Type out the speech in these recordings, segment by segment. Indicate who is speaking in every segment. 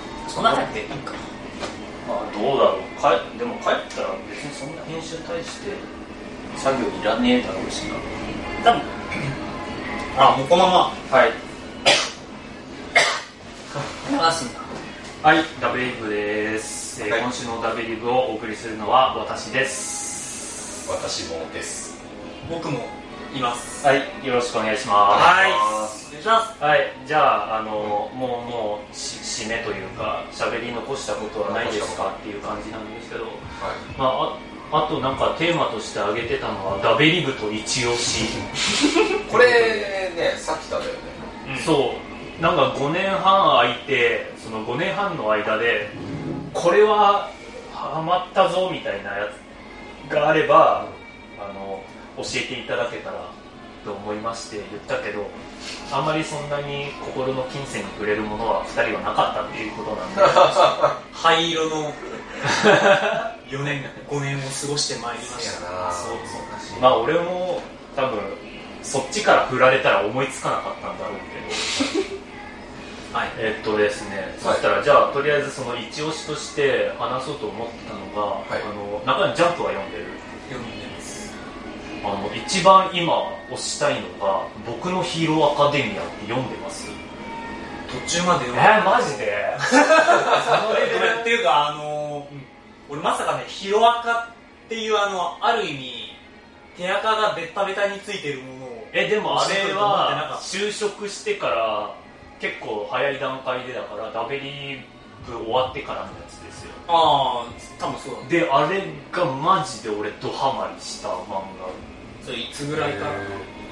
Speaker 1: 来なくていいか
Speaker 2: まあどうだろうかでも帰ったら別にそんな編集に対して作業いらねえだろうしな
Speaker 1: 多分あもうこのま
Speaker 2: はい
Speaker 1: ま流すんだ
Speaker 2: はいダベリブです、えー
Speaker 3: はい
Speaker 2: 今週のダベリブをお送りするのは私です
Speaker 3: 私もです
Speaker 1: 僕もいます
Speaker 2: はいよろしくお願いします
Speaker 1: お願いします
Speaker 2: はい、じゃあ、あの、もう、もう、し、締めというか、喋り残したことはないですかっていう感じなんですけど。
Speaker 3: はい
Speaker 2: まあ、ああと、なんか、テーマとして挙げてたのは、ダベリブと一押 し。
Speaker 3: これねさっきだよね
Speaker 2: そう、なんか、5年半空いて、その5年半の間で。これは、ハマったぞみたいなやつがあれば、あの、教えていただけたら。と思いまして言ったけどあんまりそんなに心の金銭に触れるものは2人はなかったっていうことなんで
Speaker 1: 灰色 の4年5年を過ごしてまいりましたそうそう
Speaker 2: まあ俺も多分そっちから振られたら思いつかなかったんだろう
Speaker 1: はい
Speaker 2: けどえっとですね、そしたらじゃあとりあえずその一押しとして話そうと思ってたのが、
Speaker 3: はい
Speaker 2: あの中にジャンプは読んでる
Speaker 1: 読んでます
Speaker 2: あの一番今推したいのが「僕のヒーローアカデミア」って読んでます
Speaker 1: 途中まで読んでま
Speaker 2: え
Speaker 1: す
Speaker 2: ー、マジで
Speaker 1: ごめんごめんっていうかあのー俺まさかねヒロアカっていうあのある意味手垢がベッタベタについてるものを
Speaker 2: えでもあれ
Speaker 1: 面白いと思ってなか
Speaker 2: は
Speaker 1: った
Speaker 2: 就職してから結構早い段階でだからダベリブ終わってからのやつですよ
Speaker 1: ああ多分そうだね
Speaker 2: であれがマジで俺ドハマりした漫
Speaker 1: それいつぐらいからあ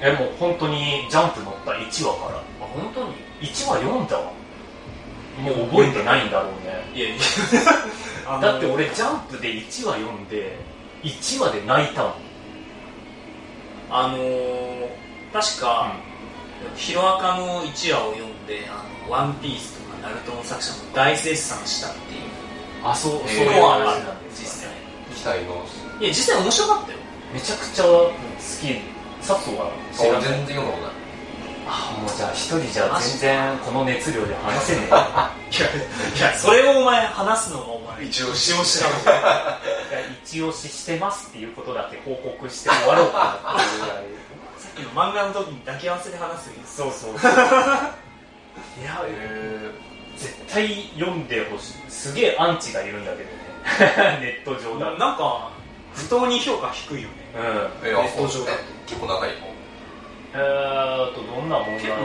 Speaker 2: 画えもう本当にジャンプ乗った1話から
Speaker 1: 本当に
Speaker 2: 1話読んだわもう覚えてないんだろうね
Speaker 1: いやいやあの
Speaker 2: だって俺ジャンプで1話読んで1話で泣いたもん、
Speaker 1: あのー確か、ヒロアカの一話を読んで「あのワンピースとか「ナルトの作者も大絶賛したっていう
Speaker 2: あそうそう
Speaker 3: えー
Speaker 2: いう
Speaker 1: のはあ
Speaker 2: 話
Speaker 1: る
Speaker 2: なんです
Speaker 1: 実
Speaker 2: か
Speaker 1: 際
Speaker 2: ね
Speaker 3: 期待の
Speaker 1: いや実際面白かったよ
Speaker 2: めちゃくちゃ好き佐藤は知ら
Speaker 3: 俺
Speaker 2: ない
Speaker 3: 全然読むことない
Speaker 2: あもうじゃあ一人じゃ全然この熱量で話せねえ
Speaker 1: いやいやそれをお前話すのがお前
Speaker 3: 一
Speaker 1: 押
Speaker 3: 押
Speaker 1: し
Speaker 3: し
Speaker 1: 押しだもん
Speaker 2: 一押ししてますっていうことだけ報告して終わろうかなっていうぐらい
Speaker 1: 今漫画の時に抱き合わせで話すよ
Speaker 2: そうそういや、えー絶対読んでほしいすげえアンチがいるんだけど ねネット上だ
Speaker 1: ななんか不当に評価低いよね
Speaker 2: うん
Speaker 1: ネ
Speaker 3: え
Speaker 1: ット上だ
Speaker 3: え結構長い方
Speaker 2: えーっとどんなもんだ
Speaker 1: 結
Speaker 2: ろ
Speaker 1: 構
Speaker 2: う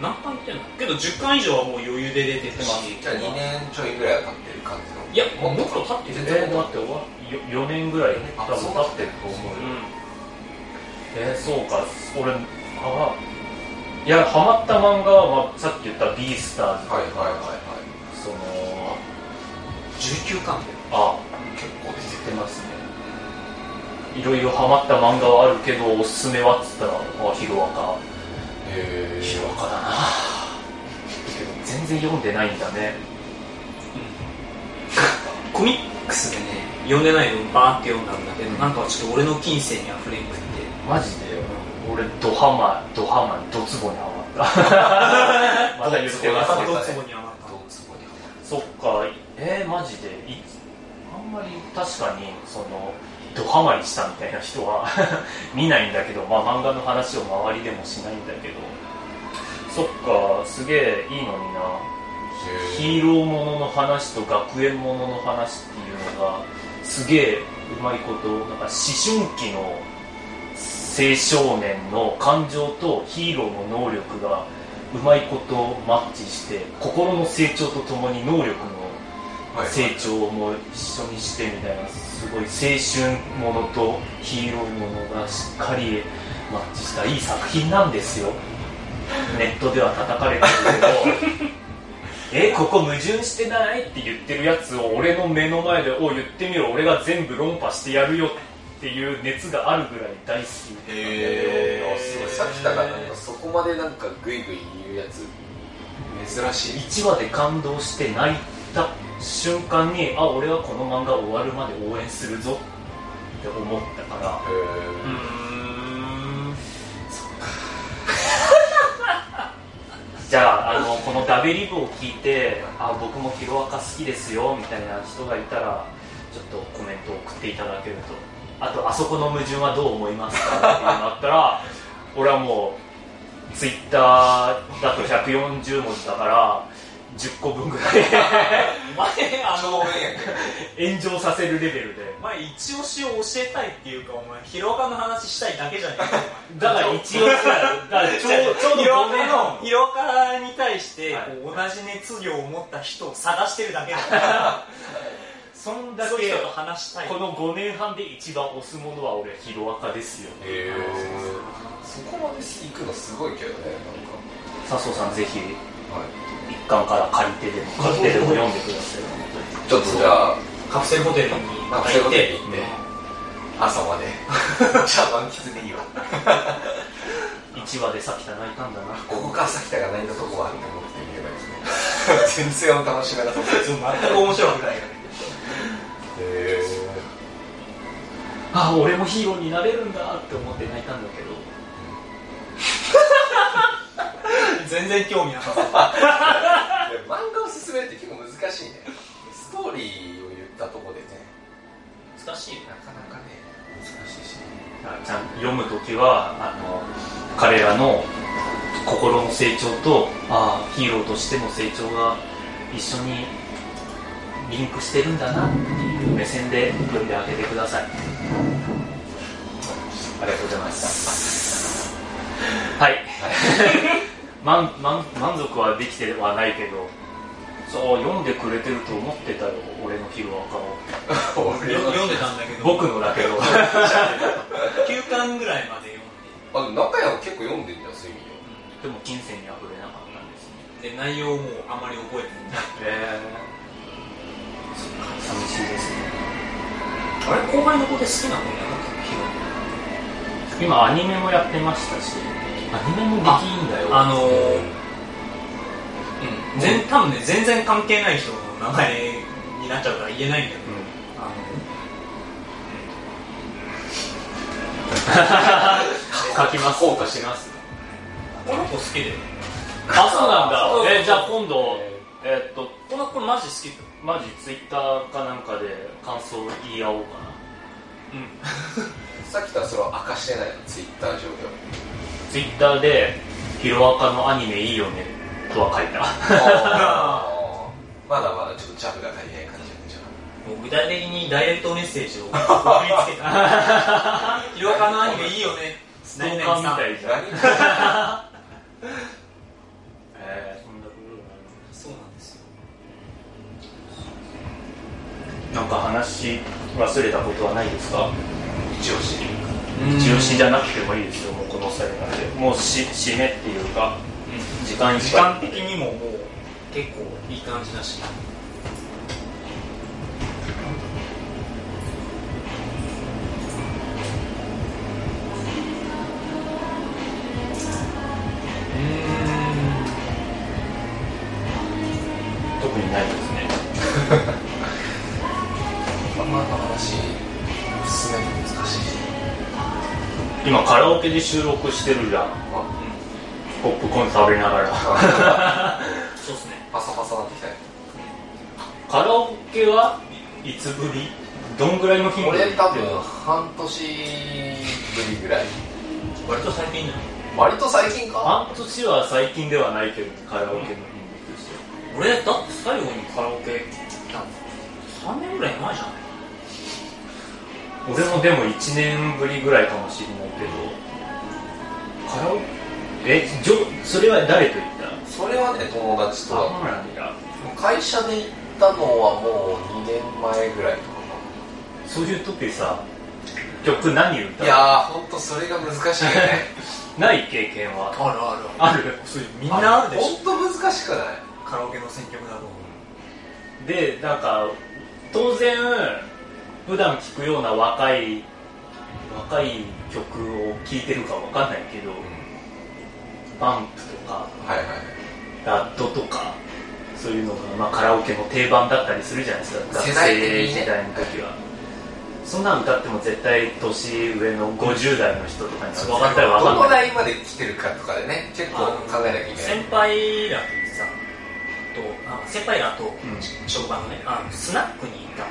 Speaker 1: 何回言ってんのけど10巻以上はもう余裕で出てるし
Speaker 3: じゃあ2年ちょいぐらいは経ってる感じの
Speaker 1: いやもうもっと経ってる
Speaker 3: 全
Speaker 2: え
Speaker 3: 然
Speaker 2: ー、
Speaker 3: も
Speaker 2: だ
Speaker 3: っ
Speaker 2: っ
Speaker 3: と
Speaker 2: て終わよ4年ぐらい多
Speaker 3: あ
Speaker 2: 分
Speaker 3: そう
Speaker 2: 経ってると思うよ
Speaker 1: う
Speaker 2: えー、そうか俺あいやハマった漫画は、まあ、さっき言った「ビースターズ」とか、
Speaker 3: はいはいはい
Speaker 2: その
Speaker 1: ん19巻だよ
Speaker 2: あ
Speaker 3: はい結構出て
Speaker 2: 出ますねいろいろハマった漫画はあるけどおすすめはっつったらあヒロアカ
Speaker 3: へえ
Speaker 2: ヒロアカだな 全然読んでないんだね
Speaker 1: コミックスでね読んでないのバーって読んだんだけどなんかちょっと俺の近世にあふれんくって
Speaker 2: マジで俺ドハマドハマドツボにハマった また言って
Speaker 3: ド
Speaker 2: ま
Speaker 3: ツ
Speaker 2: す
Speaker 3: ボ
Speaker 2: けど
Speaker 1: ドツボに余った
Speaker 3: どうすごいね
Speaker 2: そっかえー、マジでいあんまり確かにそのドハマりしたみたいな人は 見ないんだけど、まあ、漫画の話を周りでもしないんだけどそっかすげえいいのにな
Speaker 3: へ
Speaker 2: ヒーローものの話と学園ものの話っていうのがすげえうまいことなんか思春期の青少年の感情とヒーローの能力がうまいことマッチして心の成長とともに能力の
Speaker 3: えはい
Speaker 2: 成長も一緒にしてみたいなすごい青春ものとヒーローものがしっかりマッチしたいい作品なんです よネットでは叩かれてるけど えここ矛盾してないって言ってるやつを俺の目の前で「お言ってみろ俺が全部論破してやるよ」っていう熱があるぐらい大好きなんだけど
Speaker 3: へえすごいさっきだからなんかそこまでなんかグイグイ言うやつ珍しい
Speaker 2: 1話で感動して泣いた瞬間にあ俺はこの漫画終わるまで応援するぞって思ったから
Speaker 3: へえ
Speaker 1: ん
Speaker 2: じゃああのこのダベリブを聞いてあ僕もヒロアカ好きですよみたいな人がいたらちょっとコメントを送っていただけるとあとあそこの矛盾はどう思いますかっていうのあったら俺はもうツイッターだと140文字だから10個分ぐらい
Speaker 1: 前あ
Speaker 3: 正
Speaker 1: の
Speaker 3: 面やけど
Speaker 2: 炎上させるレベルで
Speaker 1: 前一押しを教えたいっていうかお前ヒロアカの話したいだけじゃないか
Speaker 2: だから一応だからちょうちょうど
Speaker 1: ヒロア
Speaker 2: 5
Speaker 1: カ
Speaker 2: 年
Speaker 1: のヒロアカに対して、
Speaker 2: はい
Speaker 1: こう同じ熱量を持った人を探してるだけ だか
Speaker 2: そん
Speaker 1: ら
Speaker 2: だ
Speaker 1: そういう人と
Speaker 2: け
Speaker 1: 話したい
Speaker 2: この5年半で一番推すものは俺ヒロアカですよね
Speaker 3: へえそこまで行くのすごいけどね
Speaker 2: 笹生さんぜひ
Speaker 3: なんか、はい、
Speaker 2: 一巻から借りてでも買ってでも読んでください
Speaker 3: ちょっとじゃあ
Speaker 1: カプセルホテルに
Speaker 3: カプセル ホテルに行って朝までじゃあ満喫でいいわ
Speaker 2: 1話でさきた泣いたんだな
Speaker 3: ここから先田が何のとこはって思ってみればいいですね全然楽しめなかったです
Speaker 1: 全く面白くないよね
Speaker 3: へ
Speaker 2: あ俺もヒーローになれるんだって思って泣いたんだけど
Speaker 1: 全然興味なかった
Speaker 3: え漫画を進めるって結構難しいねストーリーを言ったとこでね
Speaker 1: 難しいよ
Speaker 3: なかなかね難しいし
Speaker 2: ちゃん読む時はあの彼らの心の成長とああヒーローとしての成長が一緒にリンクしてるんだなっていう目線で読んであげてください
Speaker 3: ありがとうございました
Speaker 2: はい 満満満足はできてはないけどそう読んでくれてると思ってたよ俺のヒーローアカを
Speaker 3: 俺
Speaker 1: 読ん
Speaker 3: は
Speaker 1: でたんだけど
Speaker 2: 僕のだ けど
Speaker 1: 9巻ぐらいまで読ん
Speaker 3: あでも中山結構読んでんじゃんそういう意味では
Speaker 2: でも金銭には触れなかったんですね
Speaker 1: でで内容もあまり覚えてない
Speaker 2: え寂しいですね
Speaker 1: あれ後輩の子で好きな子になったヒロ
Speaker 2: 今アニメもやってましたしアニメもできいいんだよ
Speaker 1: あのーうん全多分ね全然関係ない人の名前になっちゃうから言えないんだけど、
Speaker 2: う
Speaker 1: あの
Speaker 2: ん書きます
Speaker 3: 効果してます
Speaker 1: この子好きで
Speaker 2: あそうなん
Speaker 1: そうそう
Speaker 2: だえじゃあ今度え
Speaker 3: え
Speaker 2: ーっと
Speaker 1: この子マジ好きだ
Speaker 2: マジツイッターかなんかで感想を言い合おうか
Speaker 1: う
Speaker 2: な
Speaker 1: ん
Speaker 3: さっきとはそれを明かしてないのツイッター上では
Speaker 2: ツイッターで「ヒロアカのアニメいいよね」とは書いた
Speaker 3: あーまだまだちょっとジャブが足りない感じなんじゃ
Speaker 1: も
Speaker 3: な
Speaker 1: う具体的にダイレクトメッセージを送りつ けたヒロアカのアニメいいよね
Speaker 2: ストーカーみたいじゃん
Speaker 3: い何
Speaker 2: えーそんなこと
Speaker 1: そうなんですよ
Speaker 2: なのなんか話忘れたことはないですか
Speaker 3: 一押し
Speaker 2: 一押しじゃなくてもいいですよもうこの際なんでもうし締めっていうか時間いっ
Speaker 1: 時
Speaker 2: ぱい
Speaker 1: 間的にももう結構いい感じだしう
Speaker 2: 特にないですね
Speaker 3: まあ、漫画の話進めるの難しいし
Speaker 2: 今カラオケで収録してるじゃん
Speaker 3: あ
Speaker 2: ポップコーン食べながら
Speaker 1: ーんそうっすね
Speaker 3: パサパサなってきたね
Speaker 2: カラオケはいつぶりどんぐらいの頻度で
Speaker 3: 俺
Speaker 2: 行
Speaker 3: 多
Speaker 2: ってる
Speaker 3: 分
Speaker 2: の
Speaker 3: 半年ぶりぐらい
Speaker 1: 割と最近じゃない
Speaker 3: 割と最近か
Speaker 2: 半年は最近ではないけどカラオケの頻度として
Speaker 1: 俺だって最後にカラオケ来たの3年ぐらい前じゃん
Speaker 2: 俺もでも1年ぶりぐらいかもしれないけどカラオケえじょそれは誰と行った
Speaker 3: それはね友達とだ
Speaker 2: そうなんだ
Speaker 3: 会社で行ったのはもう2年前ぐらいとか
Speaker 2: そういう時さ曲何歌
Speaker 3: か
Speaker 2: う
Speaker 3: いやー本当それが難しいよね
Speaker 2: ない経験は
Speaker 1: あるある
Speaker 2: ある
Speaker 1: それみんなあるでしょ
Speaker 3: 本当難しくない
Speaker 1: カラオケの選曲だと
Speaker 2: でなんか当然普段聴くような若い若い曲を聴いてるかわかんないけどバンプとか
Speaker 3: はいはい
Speaker 2: ラッドとかそういうのが、まあ、カラオケの定番だったりするじゃないですか学
Speaker 3: 世代的にね
Speaker 2: 生時代の時は、そんなん歌っても絶対年上の50代の人とかに分かったら
Speaker 3: ど
Speaker 2: 分か
Speaker 3: の
Speaker 2: んない
Speaker 3: 代まで来てるかとかでね結構考えなきゃいけない
Speaker 1: 先輩らとさとあ先輩らと
Speaker 2: ん
Speaker 1: 職場のねあのスナックに行ったこ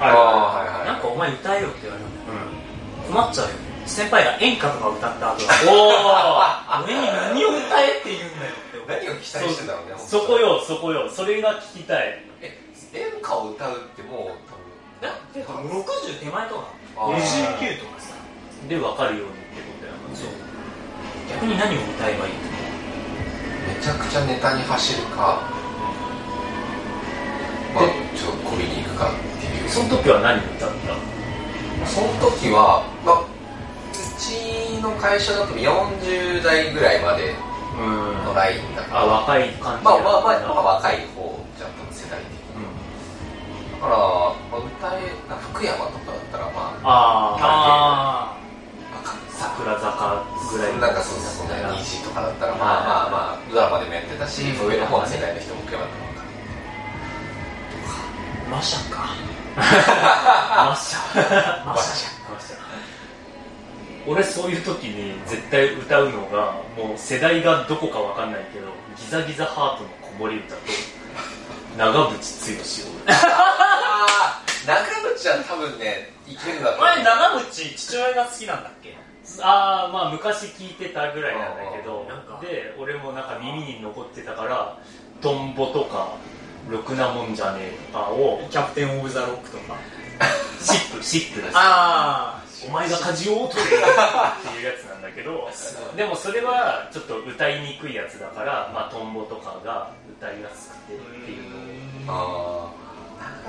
Speaker 3: ああはい
Speaker 1: と
Speaker 3: はい
Speaker 1: がなんかお前歌えよって言われたんだよ
Speaker 2: う
Speaker 1: 困っちゃうよ先輩が演歌とか歌った後
Speaker 2: ん、お
Speaker 1: は俺に何を歌えって言うんだよって思う
Speaker 3: 何を期待してんだろうね
Speaker 2: おそこよそこよそれが聞きたい
Speaker 3: え演歌を歌うってもう
Speaker 1: だって多分60手前とか
Speaker 3: 多分
Speaker 1: 59とかさ
Speaker 2: で分かるようにってことやな
Speaker 1: そう逆に何を歌えばいい
Speaker 3: めちゃくちゃネタに走るかまあちょっとこびに行くかっていう
Speaker 2: その時は何歌っ
Speaker 3: その時は、まあ、うちの会社だと40代ぐらいまで
Speaker 2: たうん
Speaker 3: のラインだから、
Speaker 2: あ若い感じ
Speaker 3: まあ
Speaker 2: や
Speaker 3: まあまあ、まあ
Speaker 2: な、
Speaker 3: 若い方じゃん、多分世代的に。
Speaker 2: うん
Speaker 3: だから、まあ、歌え、な福山とかだったら、ま
Speaker 1: あ
Speaker 2: あ
Speaker 3: あ、若い
Speaker 2: あ
Speaker 3: さ、
Speaker 2: 桜坂ぐらい
Speaker 3: なんかそうそう、そんな虹とかだったら、まあまあまあ、ドラマでもやってたし、
Speaker 1: うん
Speaker 3: 上の方の世代の人も福山とか。
Speaker 1: マシャか
Speaker 2: マッシャ
Speaker 1: マシャ
Speaker 2: 俺そういう時に絶対歌うのがもう世代がどこかわかんないけどギザギザハートの子守歌と長渕剛を
Speaker 3: ああ、中渕は多分ね、いけるんだと思う。
Speaker 1: 前長渕父親が好きなんだっけ
Speaker 2: ああまあ昔聞いてたぐらいなんだけ
Speaker 1: う
Speaker 2: ど
Speaker 1: んなんか
Speaker 2: で俺もなんか耳に残ってたから「トンボ」とか「ろくなもんじゃねえ」とかを
Speaker 1: キャプテン・オブ・ザ・ロックとか
Speaker 2: シップシップです
Speaker 1: あ
Speaker 2: お前が舵を取れっていうやつなんだけどでもそれはちょっと歌いにくいやつだから、まあ、トンボとかが歌いやすくてっていうのを
Speaker 3: ああ、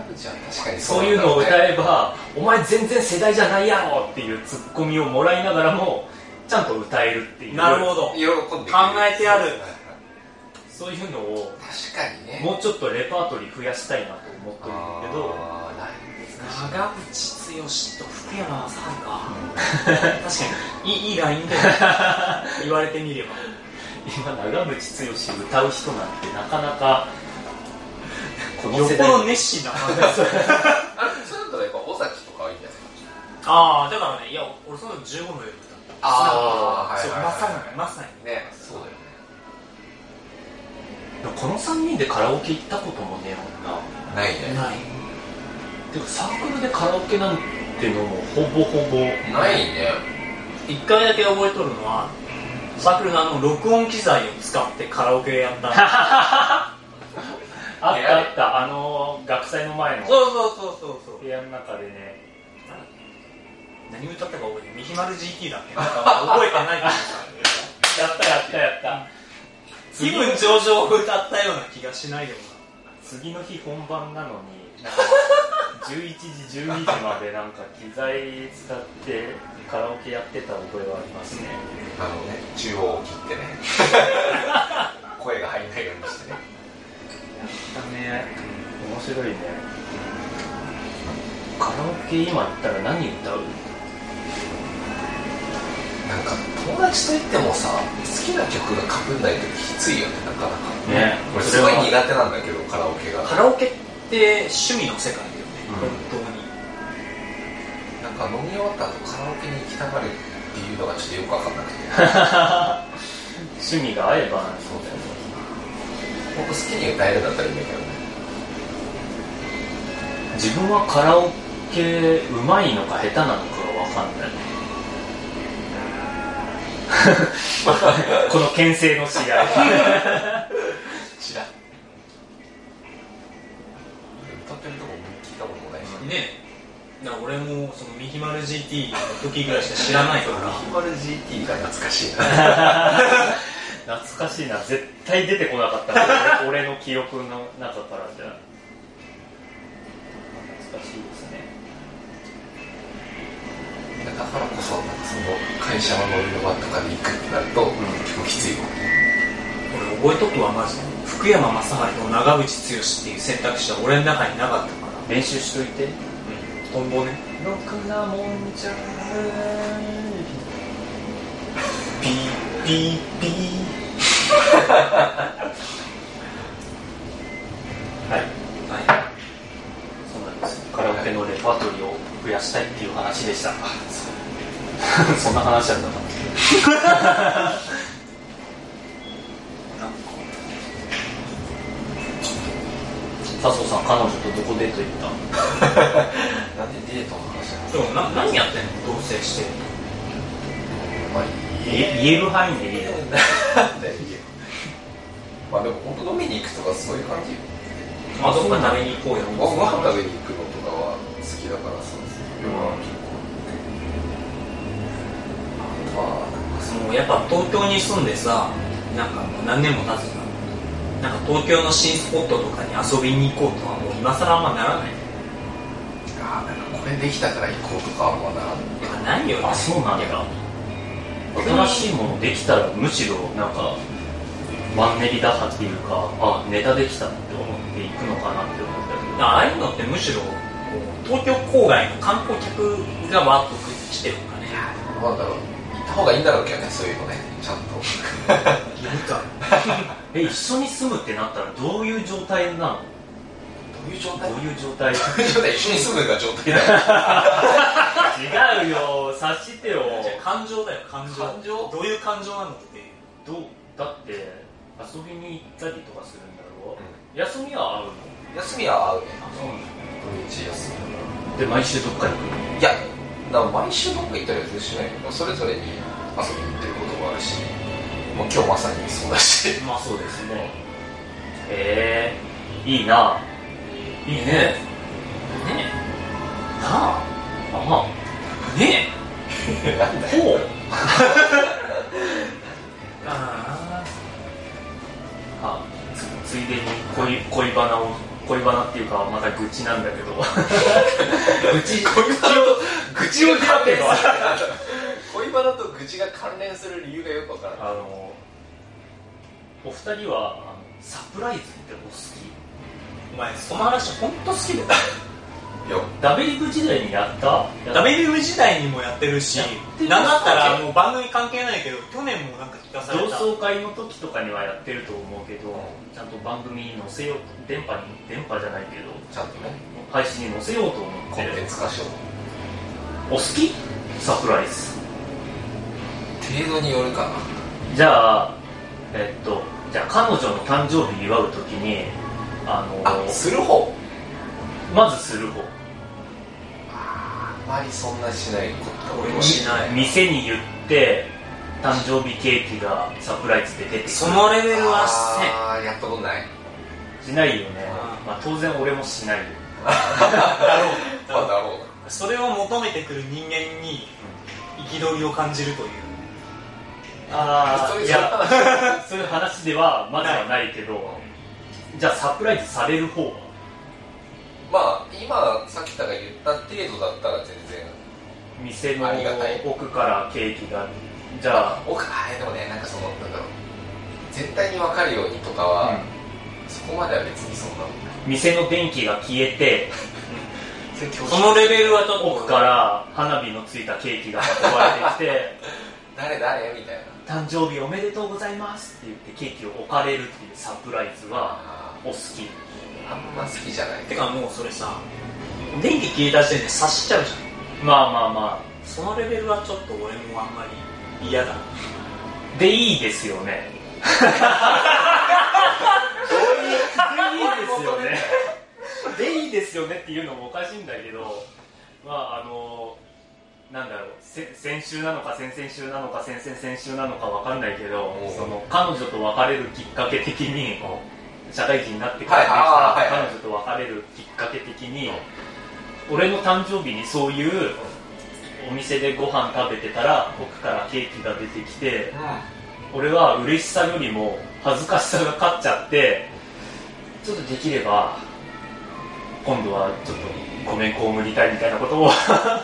Speaker 3: 中渕は確かに
Speaker 2: そういうのを歌
Speaker 3: え
Speaker 2: えば「お前全然世代じゃないやろ!」っていうツッコミをもらいながらもちゃんと歌えるっていう
Speaker 1: なるほど
Speaker 3: 喜んでくれる
Speaker 1: 考えてある
Speaker 2: そういうのを
Speaker 3: 確かにね
Speaker 2: もうちょっとレパートリー増やしたいなと思ってるんだけど
Speaker 3: あーない
Speaker 1: 長渕剛と福山雅治 か確かにいいいいラインだ よね言われてみれば
Speaker 2: 今長渕剛歌う人なんてなかなかこ
Speaker 1: よ
Speaker 2: の
Speaker 1: っ
Speaker 2: 世
Speaker 1: ぽ
Speaker 2: 代
Speaker 1: ど熱心な感じ がする
Speaker 3: あれそうなんだったらやっぱ尾崎とかはいいんじゃないですか
Speaker 1: ああだからねいや俺その時15の夜歌った
Speaker 3: あー
Speaker 1: そう
Speaker 3: はい
Speaker 1: まさ
Speaker 3: はい
Speaker 1: にまさに
Speaker 3: ねそうだよね
Speaker 2: でもこの3人でカラオケ行ったこともねえもんな
Speaker 3: ないね
Speaker 1: ない
Speaker 2: てかサークルでカラオケなんてのもほぼほぼ
Speaker 3: ないね
Speaker 1: 一回だけ覚えとるのはサークルのあの録音機材を使ってカラオケやった
Speaker 2: あったあったあの学祭の前 の
Speaker 1: そうそうそうそうそう
Speaker 2: 部屋の中でね
Speaker 1: 何歌ったか覚えてないミヒマル GT だっけなんか覚えてないけどさ
Speaker 2: やったやったやった
Speaker 1: 気分上々を歌ったような気がしないでも
Speaker 2: 次の日本番なのに なんか11時12時までなんか機材使ってカラオケやってた覚えはありますね
Speaker 3: あのね中央を切ってね声が入んないようにしてね
Speaker 2: だね面白いねカラオケ今行ったら何歌う
Speaker 3: なんか友達といってもさ好きな曲がかぶんないときついよねなかなか
Speaker 2: ね
Speaker 3: 俺すごい苦手なんだけどカラオケが
Speaker 1: なカラオケって趣味の世界だよね、
Speaker 2: うん
Speaker 1: 本当に
Speaker 3: なんか飲み終わった後カラオケに行きたがる理由のがちょっとよくわかんなくて
Speaker 2: 趣味が合えばそうだよね
Speaker 3: 僕好きに歌えるんだったらいいんだけどね
Speaker 2: 自分はカラオケうまいのか下手なのかが分かんない この牽制の違い
Speaker 3: 知らん歌ってるとこ聞いたこともないし
Speaker 1: ねだから俺もそのミヒマル GT の時ぐらいしか知らないから
Speaker 3: マル GT が懐かしいな
Speaker 2: 懐かしいな絶対出てこなかったから俺俺の記憶の中からじゃ懐かしいですね
Speaker 3: だからこそなんかその会社の乗りの場とかで行くってなると、結構きついもん ね
Speaker 1: 俺覚えとくわマジで福山雅治と長渕剛っていう選択肢は俺の中になかったから
Speaker 2: 練習しといて
Speaker 1: トンボね
Speaker 2: ろくなもんじゃない
Speaker 1: ピーピーピ
Speaker 2: は
Speaker 1: ーは
Speaker 2: い
Speaker 1: い
Speaker 2: そうなんですカラオケのレパートリーを増やしたいっていう話でした そんな話だったか笹生さん彼女とどこデート行った
Speaker 3: なんでデートの話なの
Speaker 1: でもな何やってんの同棲して
Speaker 3: まあ
Speaker 2: え言える範囲でいいよ
Speaker 3: なんだよ家まあでも本当飲みに行くとかそういう感じよ
Speaker 1: あどっか食べに行こうよ
Speaker 3: ごご飯食べに行くのとかは好きだからそうですねまあ結構あとは
Speaker 1: そのやっぱ東京に住んでさなんかもう何年も経つじゃんなんか東京の新スポットとかに遊びに行こうとはもう今更あんまならない
Speaker 3: あーなんかこれできたから行こうとかはもうな
Speaker 1: てかないよね
Speaker 2: あそうなんだ新しいものできたらむしろなんかマンネリ打破っていうかあネタできたって思っていくのかなって思ったけど
Speaker 1: ああいうのってむしろこう東京郊外の観光客がわーっと来てるのかね
Speaker 3: なんだろう行った方がいいんだろうけどねそういうのねちゃんと
Speaker 1: いるか
Speaker 2: え一緒に住むってなったらどういう状態なの
Speaker 3: どういう状
Speaker 2: ど
Speaker 3: 態
Speaker 2: ういう状態
Speaker 3: どういう状態一緒に住むが状態だよ
Speaker 2: 違うよ察してよ
Speaker 1: 感情だよ感情
Speaker 3: 感情
Speaker 1: どういう感情なのって
Speaker 2: どうだって遊びに行ったりとかするんだろう、休みはあるの
Speaker 3: 休みは合うね
Speaker 2: そうな
Speaker 3: 土日休
Speaker 2: ので毎週どっかに行く
Speaker 3: みいやだから毎週どっか行ったりは全然しないけどそれぞれに遊びに行ってることもあるしもう今日まさにそうだし
Speaker 2: まあそうですねへえいいないいね
Speaker 1: ねなあ
Speaker 2: あ
Speaker 1: ね
Speaker 2: あほう
Speaker 1: えあ
Speaker 2: あつついでに恋恋バナを恋バナっていうかまた愚痴なんだけど愚痴
Speaker 3: 恋バナと愚痴を
Speaker 2: 関連する
Speaker 3: 恋バナと愚痴が関連する理由がよくわからない
Speaker 2: あのお二人はあのサプライズってお好
Speaker 1: お前その話本当好きだよ
Speaker 3: いや
Speaker 2: きダメリブ時代にやった
Speaker 1: ダメリブ時代にもやってるし
Speaker 2: やってる
Speaker 1: なんだったらもう番組関係ないけど去年もなんか聞かされ
Speaker 2: 同
Speaker 1: た
Speaker 2: 窓会の時とかにはやってると思うけど、ちゃんと番組に載せようと電波に電波じゃないけど
Speaker 3: ちゃんとね
Speaker 2: 配信に載せようと思っ
Speaker 3: コ
Speaker 2: て
Speaker 3: ンテンツ化しよう
Speaker 2: お好きサプライズ
Speaker 3: 程度によるかな
Speaker 2: じゃあえっとじゃあ彼女の誕生日祝う時にあの
Speaker 3: あする方
Speaker 2: まずする方
Speaker 3: あんまりそんなしないことが多い
Speaker 1: もしない
Speaker 2: 店に言って誕生日ケーキがサプライズで出てくる
Speaker 1: そのレベルはせん
Speaker 3: あーやったことない
Speaker 2: しないよね
Speaker 1: う、ん
Speaker 2: まあ、当然俺もしないよ
Speaker 1: だろ
Speaker 3: まあ
Speaker 1: う
Speaker 3: だろうな
Speaker 1: それを求めてくる人間に憤りを感じるという
Speaker 2: あ
Speaker 3: そう
Speaker 2: あ
Speaker 3: いう
Speaker 2: い
Speaker 3: そういう
Speaker 2: や
Speaker 3: 話
Speaker 2: そういう話ではまずはないけどじゃあサプライズされる方は
Speaker 3: まあ今さきたが言った程度だったら全然
Speaker 2: 店の
Speaker 3: ありがたい
Speaker 2: 奥からケーキがじゃあ、
Speaker 3: 僕あれでもねなんかそのなんだろう絶対に分かるようにとかは、そこまでは別にそんな
Speaker 2: 店の電気が消えて
Speaker 1: そのレベルはちょっと
Speaker 2: 奥から花火のついたケーキが運ばれてきて
Speaker 3: 誰誰みたいな
Speaker 2: 誕生日おめでとうございますって言ってケーキを置かれるっていうサプライズは
Speaker 3: あ
Speaker 2: お好き
Speaker 3: ーあんま好きじゃない
Speaker 1: てかもうそれさ電気消えた時点で察しちゃうじゃ
Speaker 2: まあまあま
Speaker 1: んそのレベルはちょっと俺もあんまり嫌だ
Speaker 2: あでいいですよねでいいですよねでいいですよねっていうのもおかしいんだけどまああのなんだろうせ先週なのか先々週なのか先々先週なのかわかんないけど
Speaker 3: おう
Speaker 2: その彼女と別れるきっかけ的に社会人になってから
Speaker 3: はい
Speaker 2: できた
Speaker 3: あーはいはい
Speaker 2: 彼女と別れるきっかけ的に俺の誕生日にそういうお店でご飯食べてたら奥からケーキが出てきて
Speaker 3: う
Speaker 2: 俺は嬉しさよりも恥ずかしさが勝っちゃってちょっとできれば今度はちょっとごめんこむりたいみたいなことを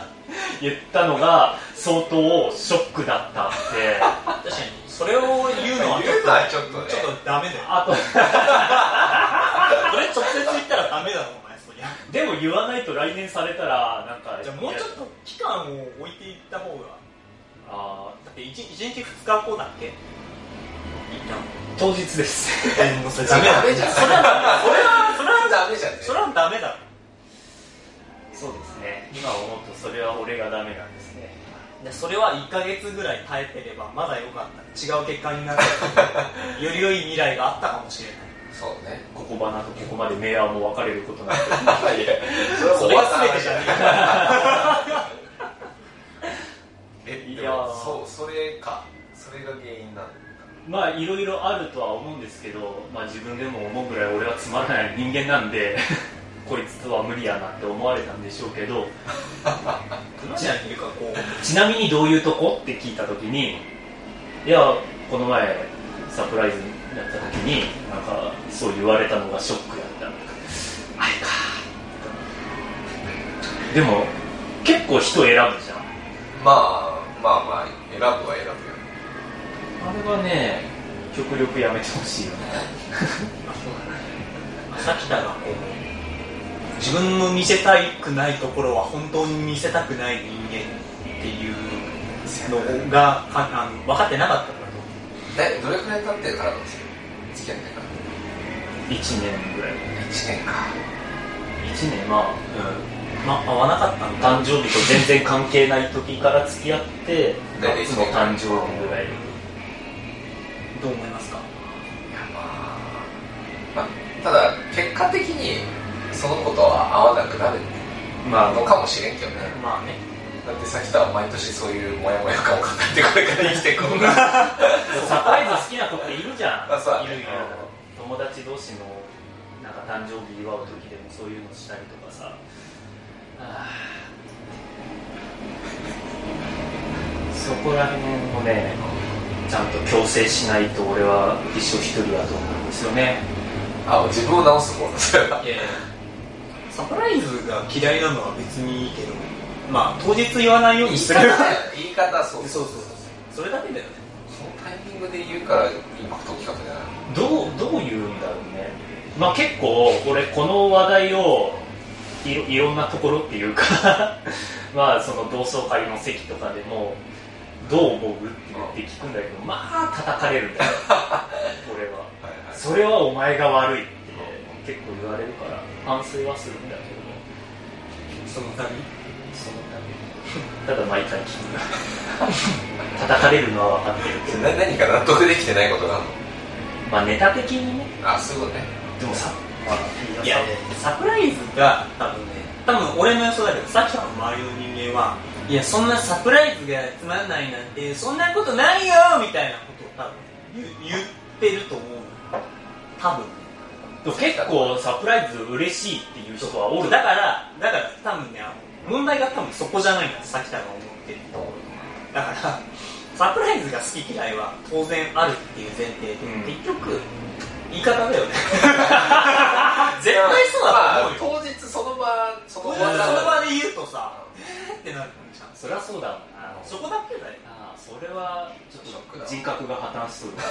Speaker 2: 言ったのが相当ショックだった って
Speaker 1: 確かにそれを言うのはちょ
Speaker 3: 言うのはちょっと
Speaker 1: っ
Speaker 3: ね
Speaker 1: とちょっとダメだよ
Speaker 2: あ
Speaker 1: そ
Speaker 2: と
Speaker 1: れ直接言ったらダメだろお前そりゃ
Speaker 2: でも言わないと来年されたらなんか
Speaker 1: じゃあもうちょっ
Speaker 2: いや
Speaker 1: と期間を置いていった方が
Speaker 2: あ
Speaker 1: だって 1, 日2日後だっけい
Speaker 2: ー当日です
Speaker 1: やもうそれ
Speaker 3: ダメだ
Speaker 1: それはそれは
Speaker 3: んダメじゃんね
Speaker 1: それはダメだ
Speaker 2: そうですね今思うとそれは俺がダメなんですね
Speaker 1: でそれは1か月ぐらい耐えてればまだ良かった違う結果になる より良い未来があったかもしれない
Speaker 3: そうね
Speaker 2: ここばなとここまで明暗も分かれることなく
Speaker 3: いやそれは
Speaker 1: それが
Speaker 3: もう終わった
Speaker 1: 全て
Speaker 3: 話
Speaker 1: じ
Speaker 3: じゃ
Speaker 1: ゃね
Speaker 3: んえ
Speaker 2: いやー
Speaker 3: でもそうそれかそれが原因なんだ
Speaker 2: まあいろいろあるとは思うんですけど、まあ、自分でも思うぐらい俺はつまらない人間なんで こいつとは無理やなって思われたんでしょうけど
Speaker 1: えかじゃあっていうかこう
Speaker 2: ちなみにどういうとこって聞いた時にいやこの前サプライズやった時になんかそう言われたのがショックやったあれかでも結構人選ぶじゃん
Speaker 3: まあまあまあ選ぶは選ぶよ
Speaker 2: あれはね極力やめてほしいよね
Speaker 1: さきたがこう自分の見せたくないところは本当に見せたくない人間っていうのがかあの分かってなかったからと
Speaker 3: えどれくらい経ってからなんですか付き合ってから
Speaker 2: 1年ぐらい
Speaker 3: 1年か
Speaker 2: 1年まあ、うん
Speaker 1: ま合わなかったんだ
Speaker 2: 誕生日と全然関係ない時から付き合って
Speaker 3: 大体
Speaker 2: 夏の誕生日ぐらい
Speaker 1: どう思いますか
Speaker 3: いやまあ、まあ、ただ結果的にその子とは会わなくなる
Speaker 2: まあ
Speaker 3: のかもしれんけどね
Speaker 1: まあね
Speaker 3: だってさきたは毎年そういうモヤモヤ感を抱えてこれから生きていくの が
Speaker 2: サプライズ好きな子っているじゃん
Speaker 3: あそうだね
Speaker 2: いるいる友達同士のなんか誕生日祝う時でもそういうのしたりとかさあーそこら辺もねちゃんと強制しないと俺は一生一人だと思うんですよね
Speaker 3: あ自分を直すもんだそれ はい
Speaker 1: やいやサプライズが嫌いなのは別にいいけどまあ当日言わないよう
Speaker 3: 言
Speaker 1: に
Speaker 3: い
Speaker 1: す
Speaker 3: 方
Speaker 1: る
Speaker 3: だよ言い方そう
Speaker 1: そうそうそうそれだけだよね
Speaker 3: そのタイミングで言うからインパクト大きかったじゃない
Speaker 2: どうどう言うんだろうねまあ結構俺この話題をいろいろんなところっていうか まあその同窓会の席とかでも「どう思う?」って聞くんだけどまあ叩かれるん だよ俺は
Speaker 3: はいはい
Speaker 2: それはお前が悪いって結構言われるから反省はするんだけど
Speaker 1: その度
Speaker 2: そのためただ毎回聞 く叩かれるのは分かってるけど
Speaker 3: な何か納得できてないことがある
Speaker 2: まあネタ的にね
Speaker 3: のあそういうことね
Speaker 2: でもさ
Speaker 1: いやサプライズが多分ね多分俺の予想だけどさっきの周りの人間はいやそんなサプライズがつまんないなんてそんなことないよみたいなことを多分言う言ってると思う多分
Speaker 2: でも結構サプライズ嬉しいっていう人はおる
Speaker 1: だからだから多分ねあの問題が多分そこじゃないんださっきたが思ってるだからサプライズが好き嫌いは当然あるっていう前提で、
Speaker 2: うん
Speaker 1: 結局言い方だよ ね絶対そうだと思うよ、
Speaker 3: まあ当日その場その
Speaker 1: その
Speaker 3: 場
Speaker 1: 場で言うとさ、えーってなるかもしれない
Speaker 2: そりゃそうだもんな
Speaker 1: そこだけだよ。
Speaker 2: ああそれはちょ
Speaker 3: ショックだ
Speaker 2: 人格が破綻しそうだ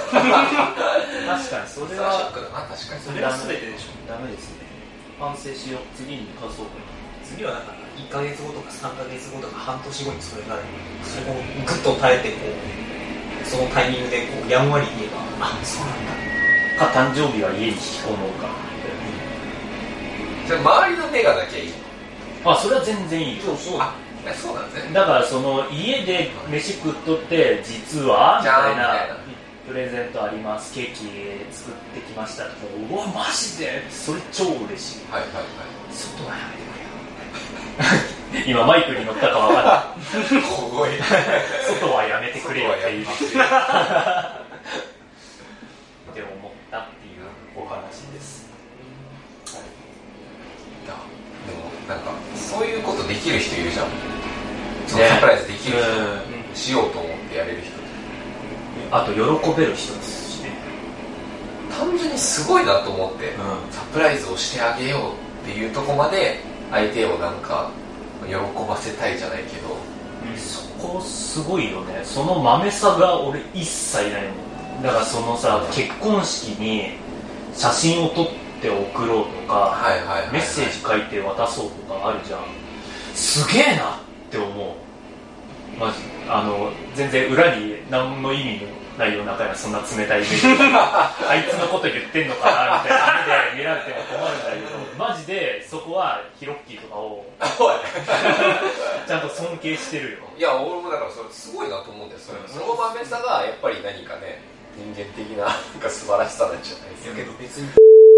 Speaker 2: 確かにそ
Speaker 3: そ
Speaker 2: れ
Speaker 3: れはショ
Speaker 2: は
Speaker 3: ックだな確かに
Speaker 1: それは全てでしょ
Speaker 2: ダメですね反省しよう次に生かそう
Speaker 1: 次はだから1ヶ月後とか3ヶ月後とか半年後にそれがあるそれをグッと耐えてこうそのタイミングでこうやんわり言えばあそうなんだ
Speaker 2: か誕生日は家に引きこもうか
Speaker 3: じゃあ周りの目がなきゃいい
Speaker 2: あそれは全然いいよ
Speaker 1: そうそう
Speaker 3: あえそうなんですね
Speaker 2: だからその家で飯食っとって実はみ
Speaker 3: じゃ
Speaker 2: たい
Speaker 3: あみたい
Speaker 2: な
Speaker 3: な
Speaker 2: プレゼントありますケーキ作ってきましたとかうわマジでそれ超嬉しい
Speaker 3: はいはいは
Speaker 2: 外はやめてくれよ今マイクに乗ったか分かんない
Speaker 3: い小声
Speaker 2: 外はやめ てくれよって言います
Speaker 3: 外は
Speaker 2: って思ったっていうお話です
Speaker 3: でもなんかそういうことできる人いるじゃんその
Speaker 2: ね
Speaker 3: サプライズできる
Speaker 2: うん
Speaker 3: 人しようと思ってやれる人
Speaker 2: あと喜べる人ですしね
Speaker 3: 単純にすごいなと思って
Speaker 2: う
Speaker 3: サプライズをしてあげようっていうとこまで相手をなんか喜ばせたいじゃないけど
Speaker 2: そこすごいよねそのまめさが俺一切ないもんだからそのさ結婚式に写真を撮って送ろうとか
Speaker 3: はいはいはい
Speaker 2: メッセ ージ書いて渡そうとかあるじゃんすげえなって思うマジあの全然裏に何の意味のないような会話そん な冷たいイメージあいつのこと言ってんのかなみたいな目で見られても困るんだけどマジでそこはヒロッキーとかを
Speaker 3: おい
Speaker 2: ちゃんと尊敬してるよ
Speaker 3: いや俺もだからそれすごいなと思うんだよそれそのまめさがやっぱり何かね人間的ななんか素晴らしさなんじゃないです
Speaker 1: や
Speaker 3: か
Speaker 1: け
Speaker 3: け
Speaker 1: ど
Speaker 3: ど
Speaker 1: 別に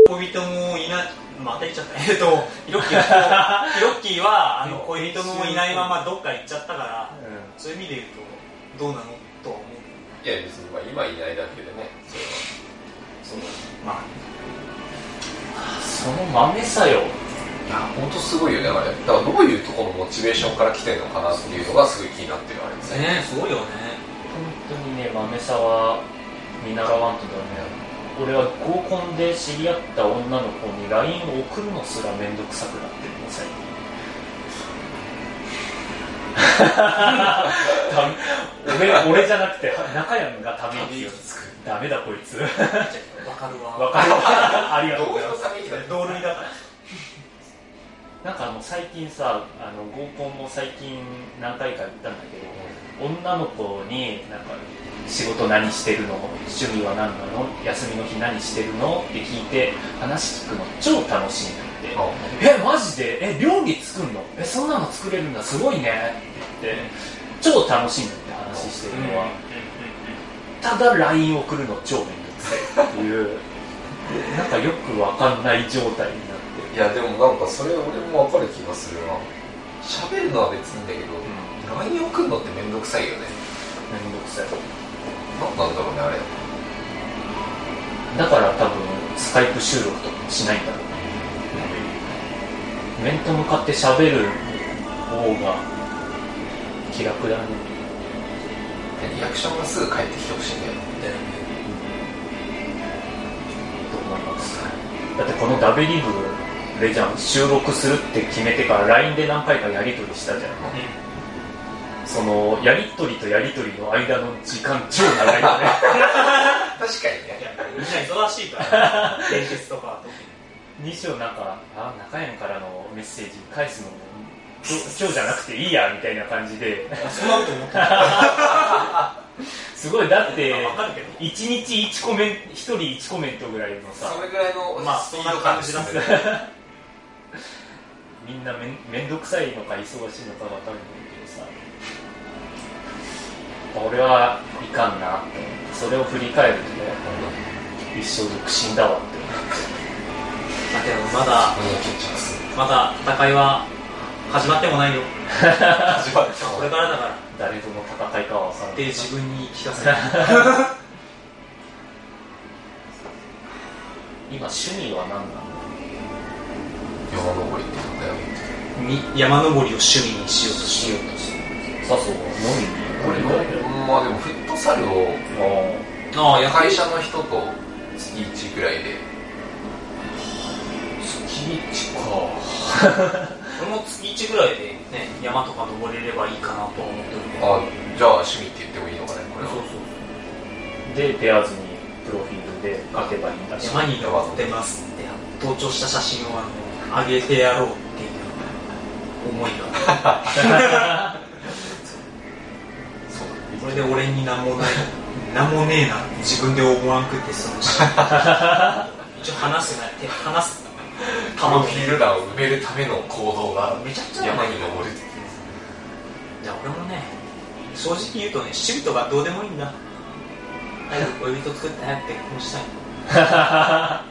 Speaker 1: 恋人もいないまた言っちゃったえっとヒロッキー はヒロッキーはあの恋人もいないままどっか行っちゃったから
Speaker 2: う
Speaker 1: そういう意味で言うとどうなのとは思う
Speaker 3: いや別にまあ今いないだけでねそれは
Speaker 1: まあ
Speaker 2: んその豆さよ
Speaker 3: そのいや本当すごいよねあれだからどういうところのモチベーションから来てるのかなっていうのがすごい気になってるあれですね
Speaker 1: ねすごいよね
Speaker 2: 本当にね豆さは見習わんとだね俺は合コンで知り合った女の子に LINE を送るのすら面倒くさくなってるの最近ダメ 俺俺じゃなくて中山がため息をつくダメだこいつ
Speaker 1: わかる
Speaker 2: わ
Speaker 1: わ
Speaker 2: かるわありがとう
Speaker 3: どう
Speaker 2: ござい
Speaker 3: いう
Speaker 2: ます
Speaker 3: ためにだよ
Speaker 1: 同類だから
Speaker 2: なんかあの最近さあの合コンも最近何回か行ったんだけど女の子になんか仕事何してるの趣味は何なの休みの日何してるのって聞いて話聞くの超楽しいんだってえマジでえ料理作るのえそんなの作れるんだすごいねって言って超楽しいんだって話してるのは、ただ LINE 送るの超面倒くさいっていうなんかよくわかんない状態になってる
Speaker 3: いやでもなんかそれ俺も分かる気がするな喋るのは別にいいんだけど、LINE 送るのってめんどくさいよね
Speaker 2: 面倒くさい
Speaker 3: なんなんだろうねあれ
Speaker 2: だから多分スカイプ収録とかもしないんだろうね面と向かって喋る方が気楽だね
Speaker 3: リアクションがすぐ返ってきてほしいんだよ
Speaker 2: と思いますだってこのダベリブでじゃん収録するって決めてから LINE で何回かやり取りしたじゃんそのやり取りとやり取りの間の時間超長いよね
Speaker 3: 確かにね
Speaker 1: やっぱりみんな忙しいから伝説とか
Speaker 2: 二章なんかあ中山からのメッセージ返すのも今日今日じゃなくていいやみたいな感じで
Speaker 1: そんなこと思って
Speaker 2: すごいだって
Speaker 1: わかるけど
Speaker 2: 1日1コメント1人1コメントぐらいのさ
Speaker 3: それぐらいの
Speaker 1: まあ
Speaker 3: スピード感ですね
Speaker 1: そんな
Speaker 2: みんなめんめんどくさいのか忙しいのか分かるんだけどさ俺はいかんなってそれを振り返るとねやっぱり一生独身だわって
Speaker 1: だけどまだ
Speaker 3: うん決着する
Speaker 1: まだ戦いは始まってもないよ
Speaker 3: 始まった
Speaker 1: これからだからっ
Speaker 2: 誰との戦いかは分からな
Speaker 1: て
Speaker 2: い
Speaker 1: 自分に聞かせる
Speaker 2: 今趣味は何な
Speaker 3: 山登りって言うんだよ
Speaker 1: に山登りを趣味にしようと
Speaker 2: の
Speaker 1: し
Speaker 2: しようとしてる笹生は飲みに行く
Speaker 3: まあでもフットサルを
Speaker 1: ああ
Speaker 3: 会社の人と月1ぐらいで
Speaker 2: 月一か
Speaker 1: 俺も月1ぐらいでね山とか登れればいいかなとは思ってるけど
Speaker 3: あじゃあ趣味って言ってもいいのかねこれは
Speaker 1: そう
Speaker 2: で出会わずにプロフィールで書けばいいんだし
Speaker 1: そう山に登ってますって登頂した写真をあの上げてやろうっていう思いが
Speaker 3: そう
Speaker 1: これで 俺になん もないなんもねえなって自分で思わんくってその写真一応話すな手話す
Speaker 3: プロフィール欄を埋めるための行動が
Speaker 1: めちゃくちゃ
Speaker 3: 山に登るって
Speaker 1: じゃあ俺もね正直言うとね趣味とかどうでもいいんだ早く恋人作って早く結婚したい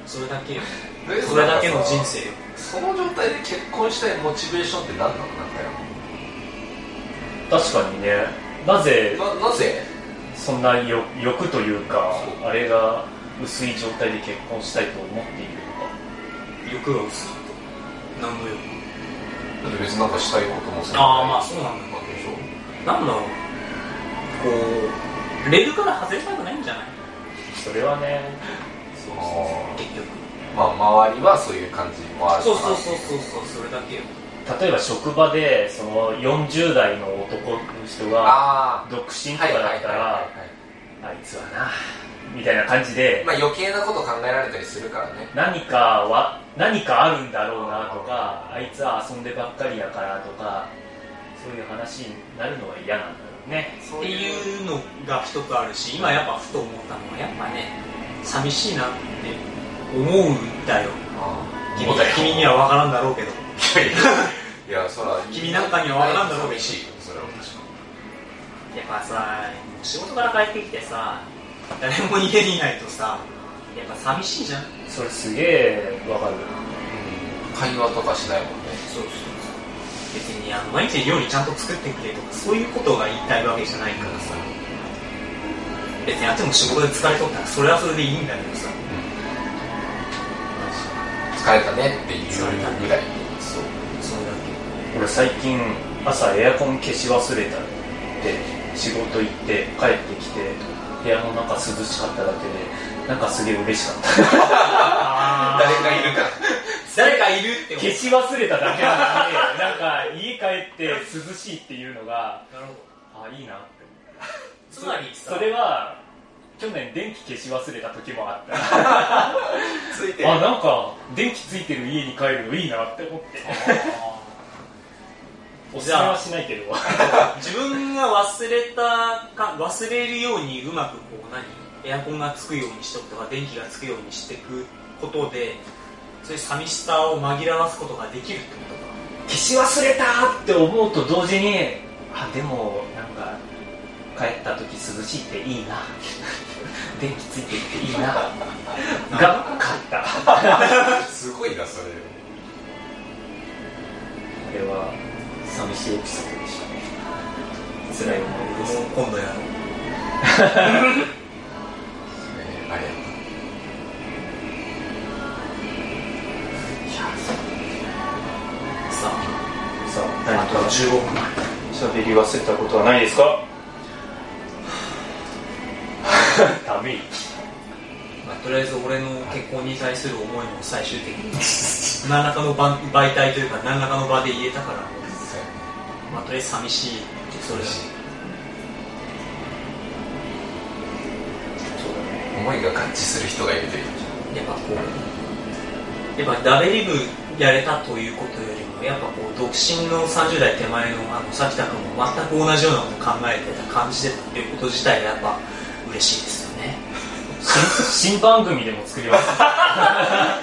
Speaker 1: それだけよ
Speaker 3: で
Speaker 1: それだけの人生よ
Speaker 3: その状態で結婚したいモチベーションって何なのなんだよ
Speaker 2: 確かにねなぜ
Speaker 3: ななぜ
Speaker 2: そんな欲欲というか
Speaker 3: そ
Speaker 2: あれが薄い状態で結婚したいと思っているの
Speaker 1: 欲が薄いと何の欲
Speaker 3: だって別になんかしたいこともさ
Speaker 1: あーまあそうなんだ
Speaker 3: わけでしょ
Speaker 1: なんだろうこうレールから外れたくないんじゃない
Speaker 2: かそれはね
Speaker 1: そう
Speaker 3: そうそう
Speaker 1: 結局
Speaker 3: まあ周りはそういう感じもあるか
Speaker 1: そう
Speaker 3: な
Speaker 1: そうそうそうそうそれだけよ
Speaker 2: 例えば職場でその40代の男の人が
Speaker 3: あ
Speaker 2: 独身
Speaker 3: あ
Speaker 2: とかだったらあいつはなみたいな感じで
Speaker 3: まあ余計なこと考えられたりするからね
Speaker 2: 何かは何かあるんだろうなとかあいつは遊んでばっかりやからとかそういう話になるのは嫌なんだろうね
Speaker 1: っていうのが一つあるし今やっぱふと思ったのはやっぱね寂しいなって思うんだよ
Speaker 3: あ
Speaker 1: 君には君には分からんだろうけど
Speaker 3: いやそら
Speaker 1: 君なんかには分からんだろう
Speaker 3: 寂しいよそれは確か
Speaker 1: やっぱさ仕事から帰ってきてさ誰も家にいないとさやっぱ寂しいじゃん
Speaker 2: それすげえわかる
Speaker 3: に会話とかしないもんね
Speaker 1: そうそうそう別にあの毎日料理ちゃんと作ってくれとかそういうことが言いたいわけじゃないからさ別にあっちも仕事で疲れとったらそれはそれでいいんだけどさ
Speaker 3: 疲れたねっていうぐらいそう
Speaker 1: そうだけ
Speaker 2: 俺最近朝エアコン消し忘れたって仕事行って帰ってきて部屋の中涼しかっただけでなんかすげえ嬉しかった
Speaker 1: あ
Speaker 3: 誰かいるから
Speaker 1: 誰かいるって思
Speaker 2: 消し忘れただけなのに なんか家帰って涼しいっていうのが
Speaker 1: うなるほど
Speaker 2: あいいなって
Speaker 1: つまりさ
Speaker 2: それは去年電気消し忘れた時も あった
Speaker 3: ついて
Speaker 2: あなんか電気ついてる家に帰るのいいなって思っておすすめはしないけど
Speaker 1: 自分が忘れたか忘れるようにうまくこう何エアコンがつくようにしとくとか電気がつくようにしていくことでそういう寂しさを紛らわすことができるってことか
Speaker 2: 消し忘れたって思うと同時にあでもなんか帰った時涼しいっていいな 電気ついてって いいなが勝ったあ
Speaker 3: すごいなそれ
Speaker 2: れは寂しいエピソードでしたね辛い思い出です
Speaker 1: 今度やろう
Speaker 3: えーあれや
Speaker 1: さあ
Speaker 2: さあ何か15分喋り忘れたことはないですか ダメ
Speaker 1: まあ、とりあえず俺の結婚に対する思いも最終的に何らかのば媒体というか何らかの場で言えたから、まあ、とりあえず寂しいそれだし
Speaker 2: そうだね
Speaker 3: 思いが合致する人がいるといい
Speaker 1: やっぱこうやっぱダベリブやれたということよりもやっぱこう独身の30代手前のあのさきた君も全く同じようなこと考えてた感じてたっていうこと自体がやっぱ嬉しいですよね
Speaker 2: 新新番組でも作ります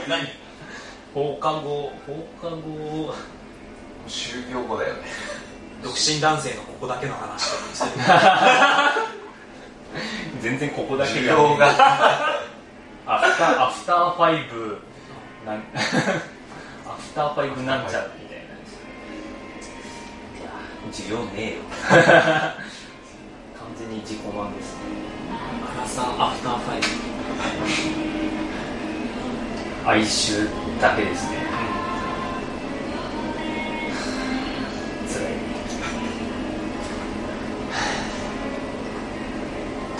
Speaker 1: 何
Speaker 2: 放課後放課後
Speaker 3: 就業後だよね
Speaker 1: 独身男性のここだけの話とかにする
Speaker 2: 全然ここだけ
Speaker 3: 需
Speaker 2: じゃ
Speaker 3: 要が
Speaker 2: アフターアフターファイブなん アフターファイブなんちゃらみたいなやつ需要ねえ よ完全に自己満ですね
Speaker 1: アラサーアフターファイブ
Speaker 2: 哀愁だけですね辛い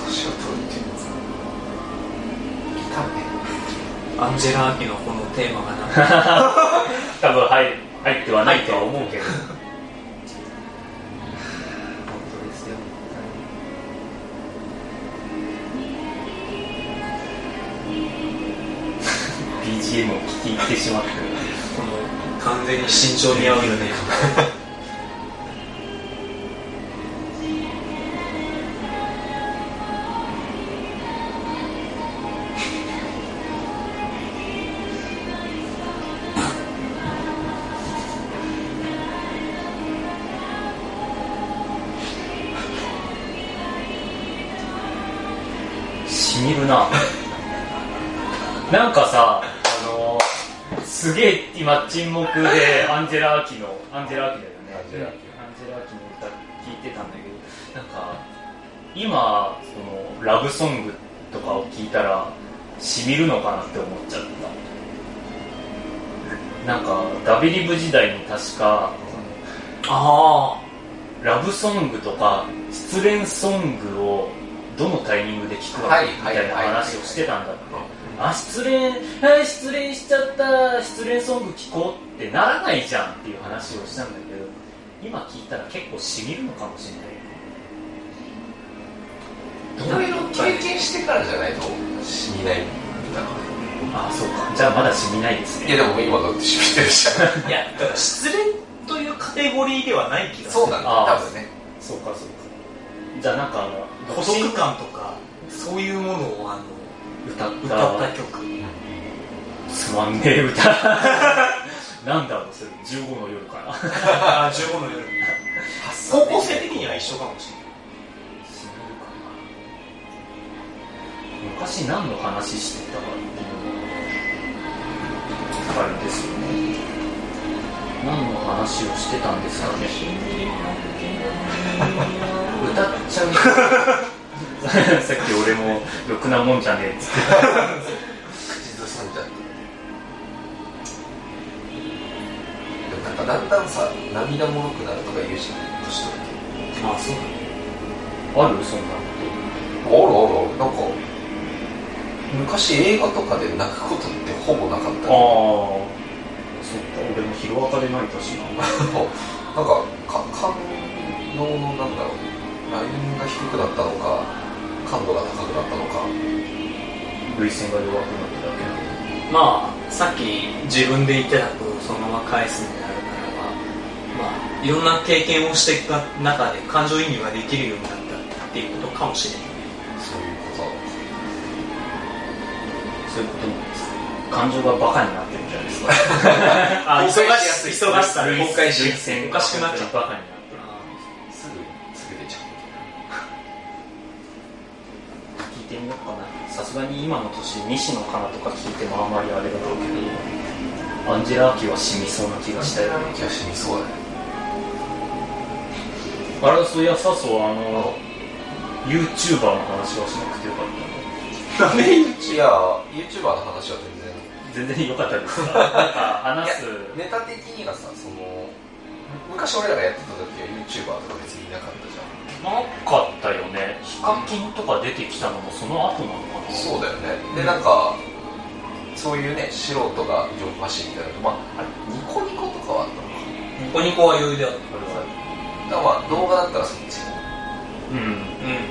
Speaker 3: 年を取るっていうのは
Speaker 1: アンジェラ・アキのこのテーマがなんか
Speaker 2: 多分入る入ってはないとは思う けど本当ですよはい BGM を聴き入ってしまって
Speaker 1: この完全に慎重に合うよね
Speaker 2: しみるななんかさあのすげえ今沈黙でアンジェラ・アキのアンジェラ・アキだよね
Speaker 3: アンジェラアキ
Speaker 2: アンジェラアキの歌聞いてたんだけどなんか今そのラブソングとかを聞いたらしみるのかなって思っちゃったなんかダビリブ時代に確かその
Speaker 1: あ
Speaker 2: ラブソングとか失恋ソングをどのタイミングで聴くわ
Speaker 3: はい
Speaker 2: けみたいな話をしてたんだって
Speaker 3: はいはい
Speaker 2: あ失恋あ失恋しちゃった失恋ソング聴こうってならないじゃんっていう話をしたんだけど今聴いたら結構しみるのかもしれ
Speaker 3: い
Speaker 2: ない
Speaker 3: ろいろ経験してからじゃないと死にないんだか
Speaker 2: あそうかじゃあまだしみないです
Speaker 3: ら
Speaker 2: ね
Speaker 3: いやでも今だって死んでるじゃ
Speaker 1: あいや失恋というカテゴリーではない気が
Speaker 3: ん
Speaker 1: する
Speaker 3: そうなんだ多分ね
Speaker 2: そうかそうかじゃあなんかあの
Speaker 1: 孤独感とかそういうものをあの
Speaker 2: 歌った
Speaker 1: 歌った曲
Speaker 2: つまんねえ歌 なんだろうそれ15の夜かな死ぬ
Speaker 1: あ15の夜 高校生的には一緒かもしれない
Speaker 2: かな昔何の話してたかっていうのがあるんですよね何の話をしてたんですかね歌っちゃうさっき俺も「ろくなもんじゃねえ」っつって
Speaker 3: 口ずさんじゃんでもなんかだんだんさ涙もろくなるとか言うじゃん年取る
Speaker 1: あそう
Speaker 2: あるそんなこ
Speaker 3: とあらあらなんか昔映画とかで泣くことってほぼなかっ
Speaker 2: と
Speaker 3: たよ
Speaker 2: ああそっか俺もヒロアカで泣いたしな
Speaker 3: なんかか感動のなんだろうラインが低くなったのか感度が高くなったのか
Speaker 2: 涙腺が弱くなっただけなんで
Speaker 1: まあさっき自分で言ってたことをそのまま返すんであるならばまあいろんな経験をしていく中で感情移入ができるようになったっていうことかもしれない
Speaker 3: そういうことなのか
Speaker 2: そういうことなんです感情がバカになってるんじゃないですか
Speaker 1: あ
Speaker 3: 崩壊しやすい
Speaker 1: 忙しさで
Speaker 3: 崩壊しや
Speaker 2: すい
Speaker 1: おかしくなっちゃった
Speaker 2: バカになってる
Speaker 3: すぐすぐ出ちゃ
Speaker 2: 聞いてみようかなさすがに今の年西野カナとか聞いてもあんまりあれだろうけどアンジェラ・アキは死にそうな気がしたよ
Speaker 3: う気がしにそうだね
Speaker 2: あれそういやさそうあの YouTuber の話はしなくてよかった
Speaker 3: なんで YouTube いや YouTuber の話は全然
Speaker 2: 全然よか ったですかなんか話す
Speaker 3: ネタ的にはさその昔俺らがやってた時は YouTuber とか別にいなかったじゃん
Speaker 2: なかったよねヒカキンとか出てきたのもその後なのかな
Speaker 3: そうだよね
Speaker 2: う
Speaker 3: で
Speaker 2: ん
Speaker 3: なんかそういうね素人が上半身みたいなのまああれニコニコとかはあった
Speaker 1: ニコ
Speaker 3: のか
Speaker 1: ニコは余裕だよ
Speaker 2: これは
Speaker 3: だからまあ動画だったらそっち
Speaker 2: うん
Speaker 1: うん、う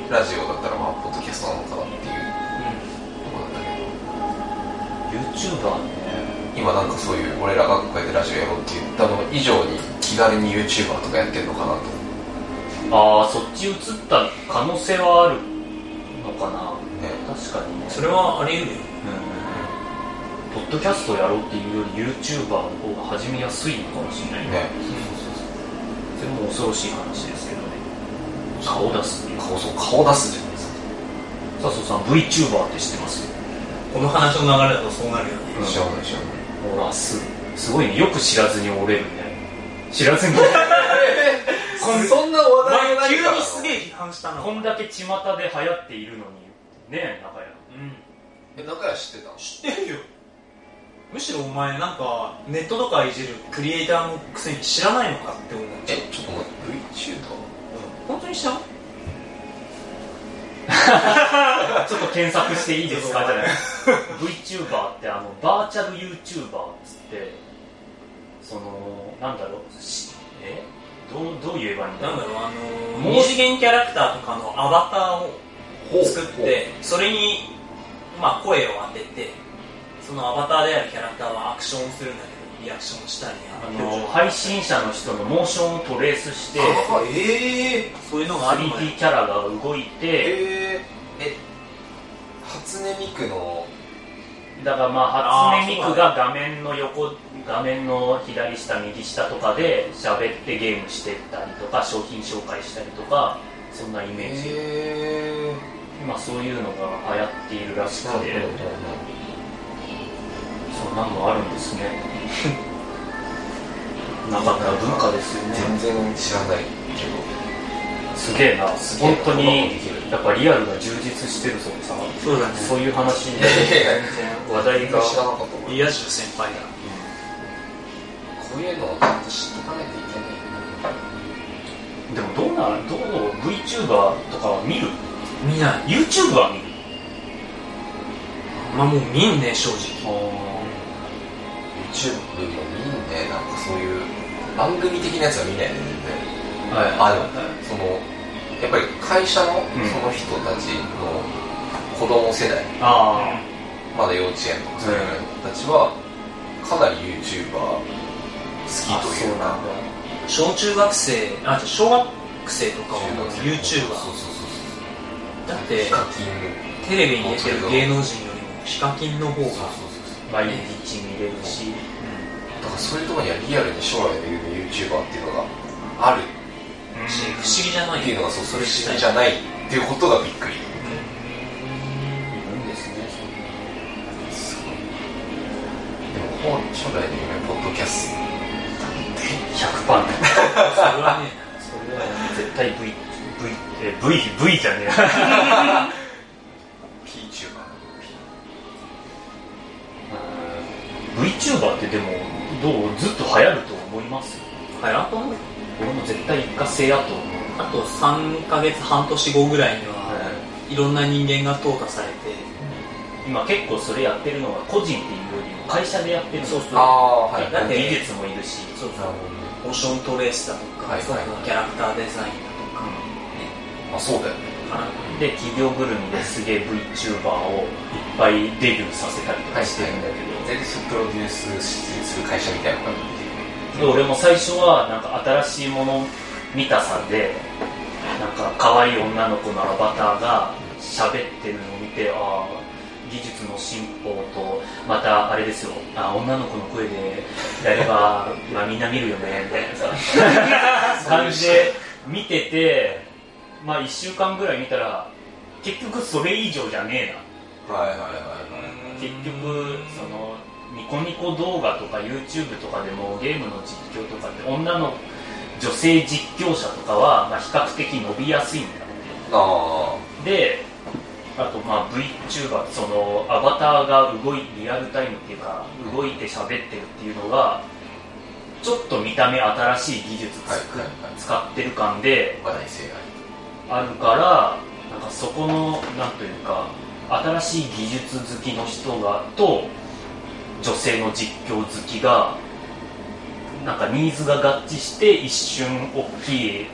Speaker 1: ん、
Speaker 3: ラジオだったらまあポッドキャストなのかなっていうところなんだけど
Speaker 2: YouTuber ね
Speaker 3: 今なんかそういう俺らがこうやってラジオやろうって言ったの以上に気軽に YouTuber とかやってるのかなと思
Speaker 2: ああそっち移った可能性はあるのか
Speaker 3: うね
Speaker 2: な確かにね
Speaker 1: それはあり得るよ
Speaker 2: ポッドキャストやろうっていうより YouTuber の方が始めやすいのかもしれないね
Speaker 3: ね
Speaker 2: それも恐ろしい話ですけどね顔出すっていう
Speaker 3: 顔そう顔出すじゃないですか
Speaker 2: 笹生さん VTuber って知ってます
Speaker 1: この話の流れだとそうなるよね
Speaker 2: うん
Speaker 3: 知らない知らない
Speaker 2: ほらすすごいねよく知らずに折れるね知らずに
Speaker 3: そんな話題
Speaker 1: 前
Speaker 3: ないか
Speaker 1: 急
Speaker 3: ら
Speaker 1: にすげえ批判したの
Speaker 2: こんだけ巷で流行っているのにねえ中谷
Speaker 1: うん
Speaker 3: え中屋知ってたの
Speaker 1: 知ってるよむしろお前なんかネットとかいじるクリエイターのくせに知らないのかって思っちゃう、
Speaker 3: ちょっと待って VTuber?
Speaker 1: 本当に知らん
Speaker 2: ちょっと検索していいですかじゃない VTuber ってあのバーチャル YouTuber っつってそのなんだろうしえどうどう言えばいいんだ
Speaker 1: なんだ
Speaker 2: ろう
Speaker 1: ろうあの
Speaker 2: もう
Speaker 1: 二次元キャラクターとかのアバターを作ってそれに、まあ、声を当ててそのアバターであるキャラクターはアクションをするんだけどリアクションしたり
Speaker 2: あの配信者の人のモーションをトレースして
Speaker 3: あええ
Speaker 1: そういうのがあるのよ
Speaker 2: 3D キャラが動いて
Speaker 3: ええ初音ミクの
Speaker 2: だからまあ
Speaker 1: あー
Speaker 2: 初音ミクが画面の横画面の左下右下とかで喋ってゲームしてったりとか商品紹介したりとかそんなイメージ、
Speaker 3: え
Speaker 2: 今そういうのが流行っているらし
Speaker 3: な
Speaker 2: くて
Speaker 3: るほど
Speaker 2: そんなのあるんですね なかった文化ですよね
Speaker 3: 全然知らないけ
Speaker 2: すげえな
Speaker 3: すげえ
Speaker 2: 本
Speaker 3: な
Speaker 2: 当に
Speaker 3: こんなことできる
Speaker 2: やっぱリアルが充実してるそうでさ
Speaker 1: そうだね
Speaker 2: そういう話に
Speaker 3: ど
Speaker 2: 話題が
Speaker 3: 知らなかったもん
Speaker 1: リア充先輩だ
Speaker 3: こういうのをちゃんと知っとかないといけない
Speaker 2: でもどうなんどう VTuber とかは見る
Speaker 1: 見ない
Speaker 2: YouTube は見る
Speaker 1: まあもう見んね正直
Speaker 2: あ
Speaker 3: YouTube も見んねなんかそういう番組的なやつは見ないね
Speaker 2: ーはい
Speaker 3: あでも全然そのやっぱり会社の
Speaker 2: うん
Speaker 3: その人たちの子供世代
Speaker 2: あ
Speaker 3: まだ幼稚園とかそういう人たちはかなり YouTuber 好
Speaker 2: あ
Speaker 3: きと
Speaker 2: そう
Speaker 3: いう
Speaker 2: な
Speaker 3: か
Speaker 2: んだ
Speaker 1: 小中学生あと小学生とかはもう
Speaker 3: 中学生
Speaker 1: YouTuber
Speaker 3: そうそうそうそう
Speaker 1: だって
Speaker 3: ヒカキン
Speaker 1: テレビに出てる芸能人よりもヒカキンの方が
Speaker 3: そうそうそうそう
Speaker 2: バイオリンッチ見れるし、
Speaker 3: だからそういうところにはリアルに将来の夢 YouTuber っていうのがあるし、
Speaker 2: うん
Speaker 3: 不思議じゃないっていうのがそうそれ不思議じゃないっていうことがびっくり
Speaker 2: いるんですねそ
Speaker 3: すごいでも本将来の夢ポッドキャスト
Speaker 2: んな100%だ
Speaker 1: それはね
Speaker 2: それは絶対 V, v, え v, v じゃねえ
Speaker 3: PTuber
Speaker 2: VTuber ってでもどうずっと流行ると思います
Speaker 1: 流行らんと思うよ
Speaker 2: 俺も絶対一過性やと思う
Speaker 1: あと3ヶ月半年後ぐらいには、いろんな人間が淘汰されて
Speaker 2: 今結構それやってるのが個人っていうよりも会社でやってるの
Speaker 1: そうそう
Speaker 3: ああはい
Speaker 2: 結構技術もいるし
Speaker 1: そうそうオーショントレースだとか、
Speaker 3: はいはい
Speaker 1: キャラクターデザイン
Speaker 3: まあそうだよね
Speaker 1: だとか
Speaker 2: で企業ぐるみですげえ VTuber をいっぱいデビューさせたりとかしてるんだけど、
Speaker 3: 全然プロデュースする会社みたいなのがあって
Speaker 2: で俺も最初はなんか新しいもの見たさでなんか可愛い女の子のアバターが喋ってるのを見てああ技術の進歩とまたあれですよあー女の子の声でやれば、 まあ、みんな見るよねみたいなさ感じで見ててまあ1週間ぐらい見たら結局それ以上じゃねえな
Speaker 3: はいはいはい
Speaker 2: 結局そのニコニコ動画とか YouTube とかでもゲームの実況とかって女の女性実況者とかは、まあ、比較的伸びやすいんだよね
Speaker 3: あ
Speaker 2: であとまあ VTuber そのアバターが動いリアルタイムっていうか動いて喋ってるっていうのがちょっと見た目新しい技術つく
Speaker 3: はいはいはい
Speaker 2: 使ってる感で
Speaker 3: あ話題性が
Speaker 2: あるからなんかそこのなんというか新しい技術好きの人がと女性の実況好きがなんかニーズが合致して一瞬大きい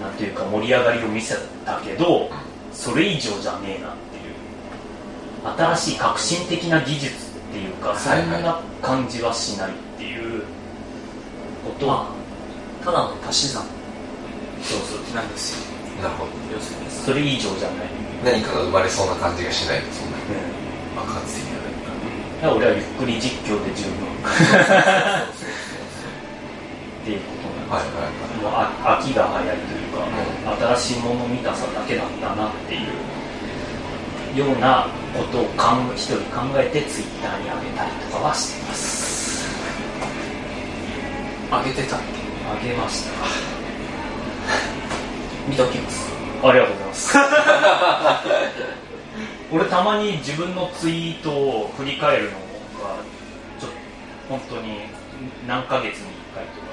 Speaker 2: なんていうか盛り上がりを見せたけどそれ以上じゃねえなっていう新しい革新的な技術っていうかそ
Speaker 3: はい
Speaker 2: ん
Speaker 3: はい
Speaker 2: な感じはしないっていうことは、
Speaker 1: まあただの足し算
Speaker 2: そうそう
Speaker 1: なんですよ
Speaker 3: なるほど
Speaker 1: 要するに
Speaker 2: それ以上じゃない、
Speaker 3: 何かが生まれそうな感じがしないとそんなに
Speaker 2: うん
Speaker 3: 爆発的な何か
Speaker 2: だから俺はゆっくり実況で十分っていうことなん
Speaker 3: はい
Speaker 2: で
Speaker 3: はいはい
Speaker 2: すもうあ飽きが早いというか、新しいもの見たさだけだったなっていうようなことを考え一人考えてツイッターに上げたりとかはしてます
Speaker 1: 上げてたっ
Speaker 2: 上げました
Speaker 1: け見ておきます
Speaker 2: ありがとうございます 俺たまに自分のツイートを振り返るのがちょっと本当に何ヶ月に1回とか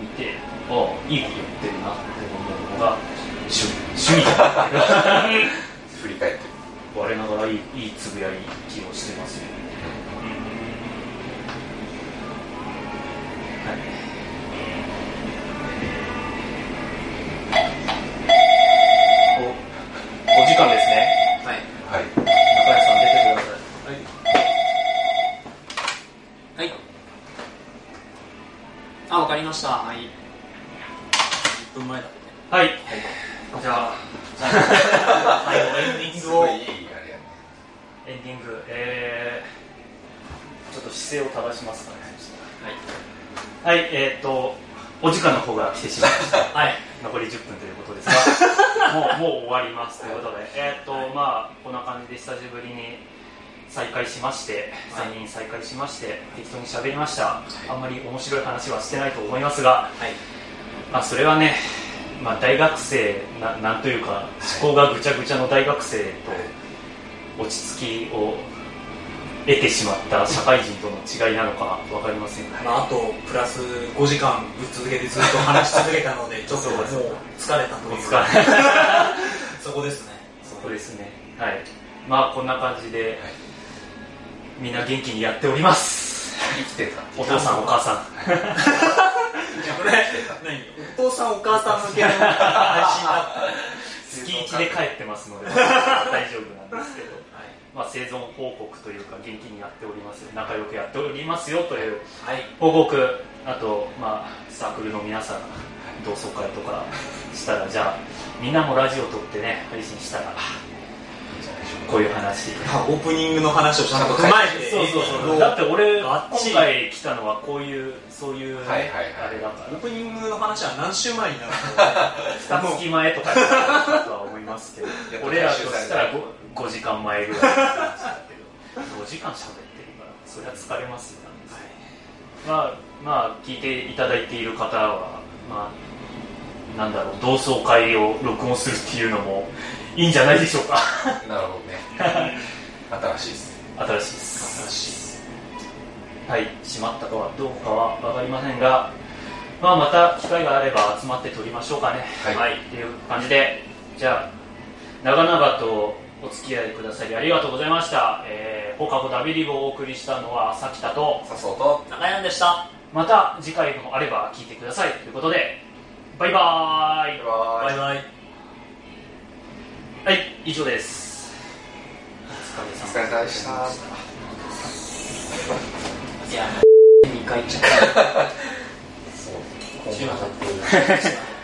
Speaker 2: 見てああいいこと言ってるなって思うのが趣味趣味だなって
Speaker 3: 振り返って
Speaker 2: 我ながらいいいいつぶやきをしてますよ、はい
Speaker 1: はい
Speaker 2: おお時間ですね中谷さん出て
Speaker 3: はい
Speaker 2: ください
Speaker 1: はいあわかりましたはい10分前だ
Speaker 2: はい、
Speaker 1: じゃあ
Speaker 2: はい、エンディン
Speaker 3: す
Speaker 2: グを
Speaker 3: ごいいいあれやね
Speaker 2: エンディングえー、ちょっと姿勢を正しますからねはいえっ、とお時間の方が来てしまいました
Speaker 1: はい、はい、
Speaker 2: 残り10分ということです がもうもう終わりますということでえっ、とまあこんな感じで久しぶりに再会しまして
Speaker 1: はい
Speaker 2: 3人再会しまして適当に喋りましたあんまり面白い話はしてないと思いますが
Speaker 1: はい、
Speaker 2: まあそれはねまあ大学生ななんというか思考がぐちゃぐちゃの大学生と落ち着きを得てしまった社会人との違いなのか分かりませんが、
Speaker 1: まあ、あとプラス5時間ぶっ続けてずっと話し続けたの でちょっともう疲れたと
Speaker 2: お
Speaker 1: いう
Speaker 2: 疲れ
Speaker 1: そこですね
Speaker 2: そこですねはいまあこんな感じで、みんな元気にやっております
Speaker 3: 生きてた
Speaker 2: お父さんお母 さん
Speaker 1: これ 何お父さんお母さん向けの配信だっ
Speaker 2: 月1で帰ってますので大丈夫なんですけど、
Speaker 1: た
Speaker 2: まあ、生存報告というか元気にやっておりますよ仲良くやっておりますよという
Speaker 1: はい、はい、
Speaker 2: 報告あと、まあ、サークルの皆さん同窓会とかしたらじゃあみんなもラジオ撮ってね配信したら
Speaker 3: いいんじゃないでしょう
Speaker 2: こういう話
Speaker 1: オープニングの話をちゃんと踏まえて
Speaker 2: そうそうそう、
Speaker 1: ど
Speaker 2: だって俺
Speaker 1: がっちり
Speaker 2: 今回来たのはこういうそういう、
Speaker 3: はいはいはい
Speaker 2: あれだか
Speaker 1: オープニングの話は何週前に なる
Speaker 2: ら
Speaker 1: の
Speaker 2: 二月前とかになったとは思いますけど
Speaker 3: やっと
Speaker 2: 俺らとしたら 5, 5時間前ぐらいの感じだけど5時間喋ってるからそりゃ疲れますよ、まあまあ聞いていただいている方はまあなんだろう同窓会を録音するっていうのもいいんじゃないでしょうか
Speaker 3: なるほどね 新しいですね
Speaker 2: 新しいです
Speaker 1: 新しい
Speaker 2: はい、閉まったかはどうかは分かりませんが、まあ、また機会があれば集まって撮りましょうかね。
Speaker 3: はい
Speaker 2: っていう感じで、じゃあ、長々とお付き合いくださりありがとうございました。えー、放課後ダビリブをお送りしたのは朝北と、
Speaker 3: さそうと
Speaker 1: 中山でした
Speaker 2: また次回もあれば聞いてくださいということで、バイバーイ。
Speaker 1: バイバイ
Speaker 2: はい、以上です。お疲れ様
Speaker 3: お疲れ様でした
Speaker 1: いや2回行っちゃった
Speaker 3: そう
Speaker 1: 中学校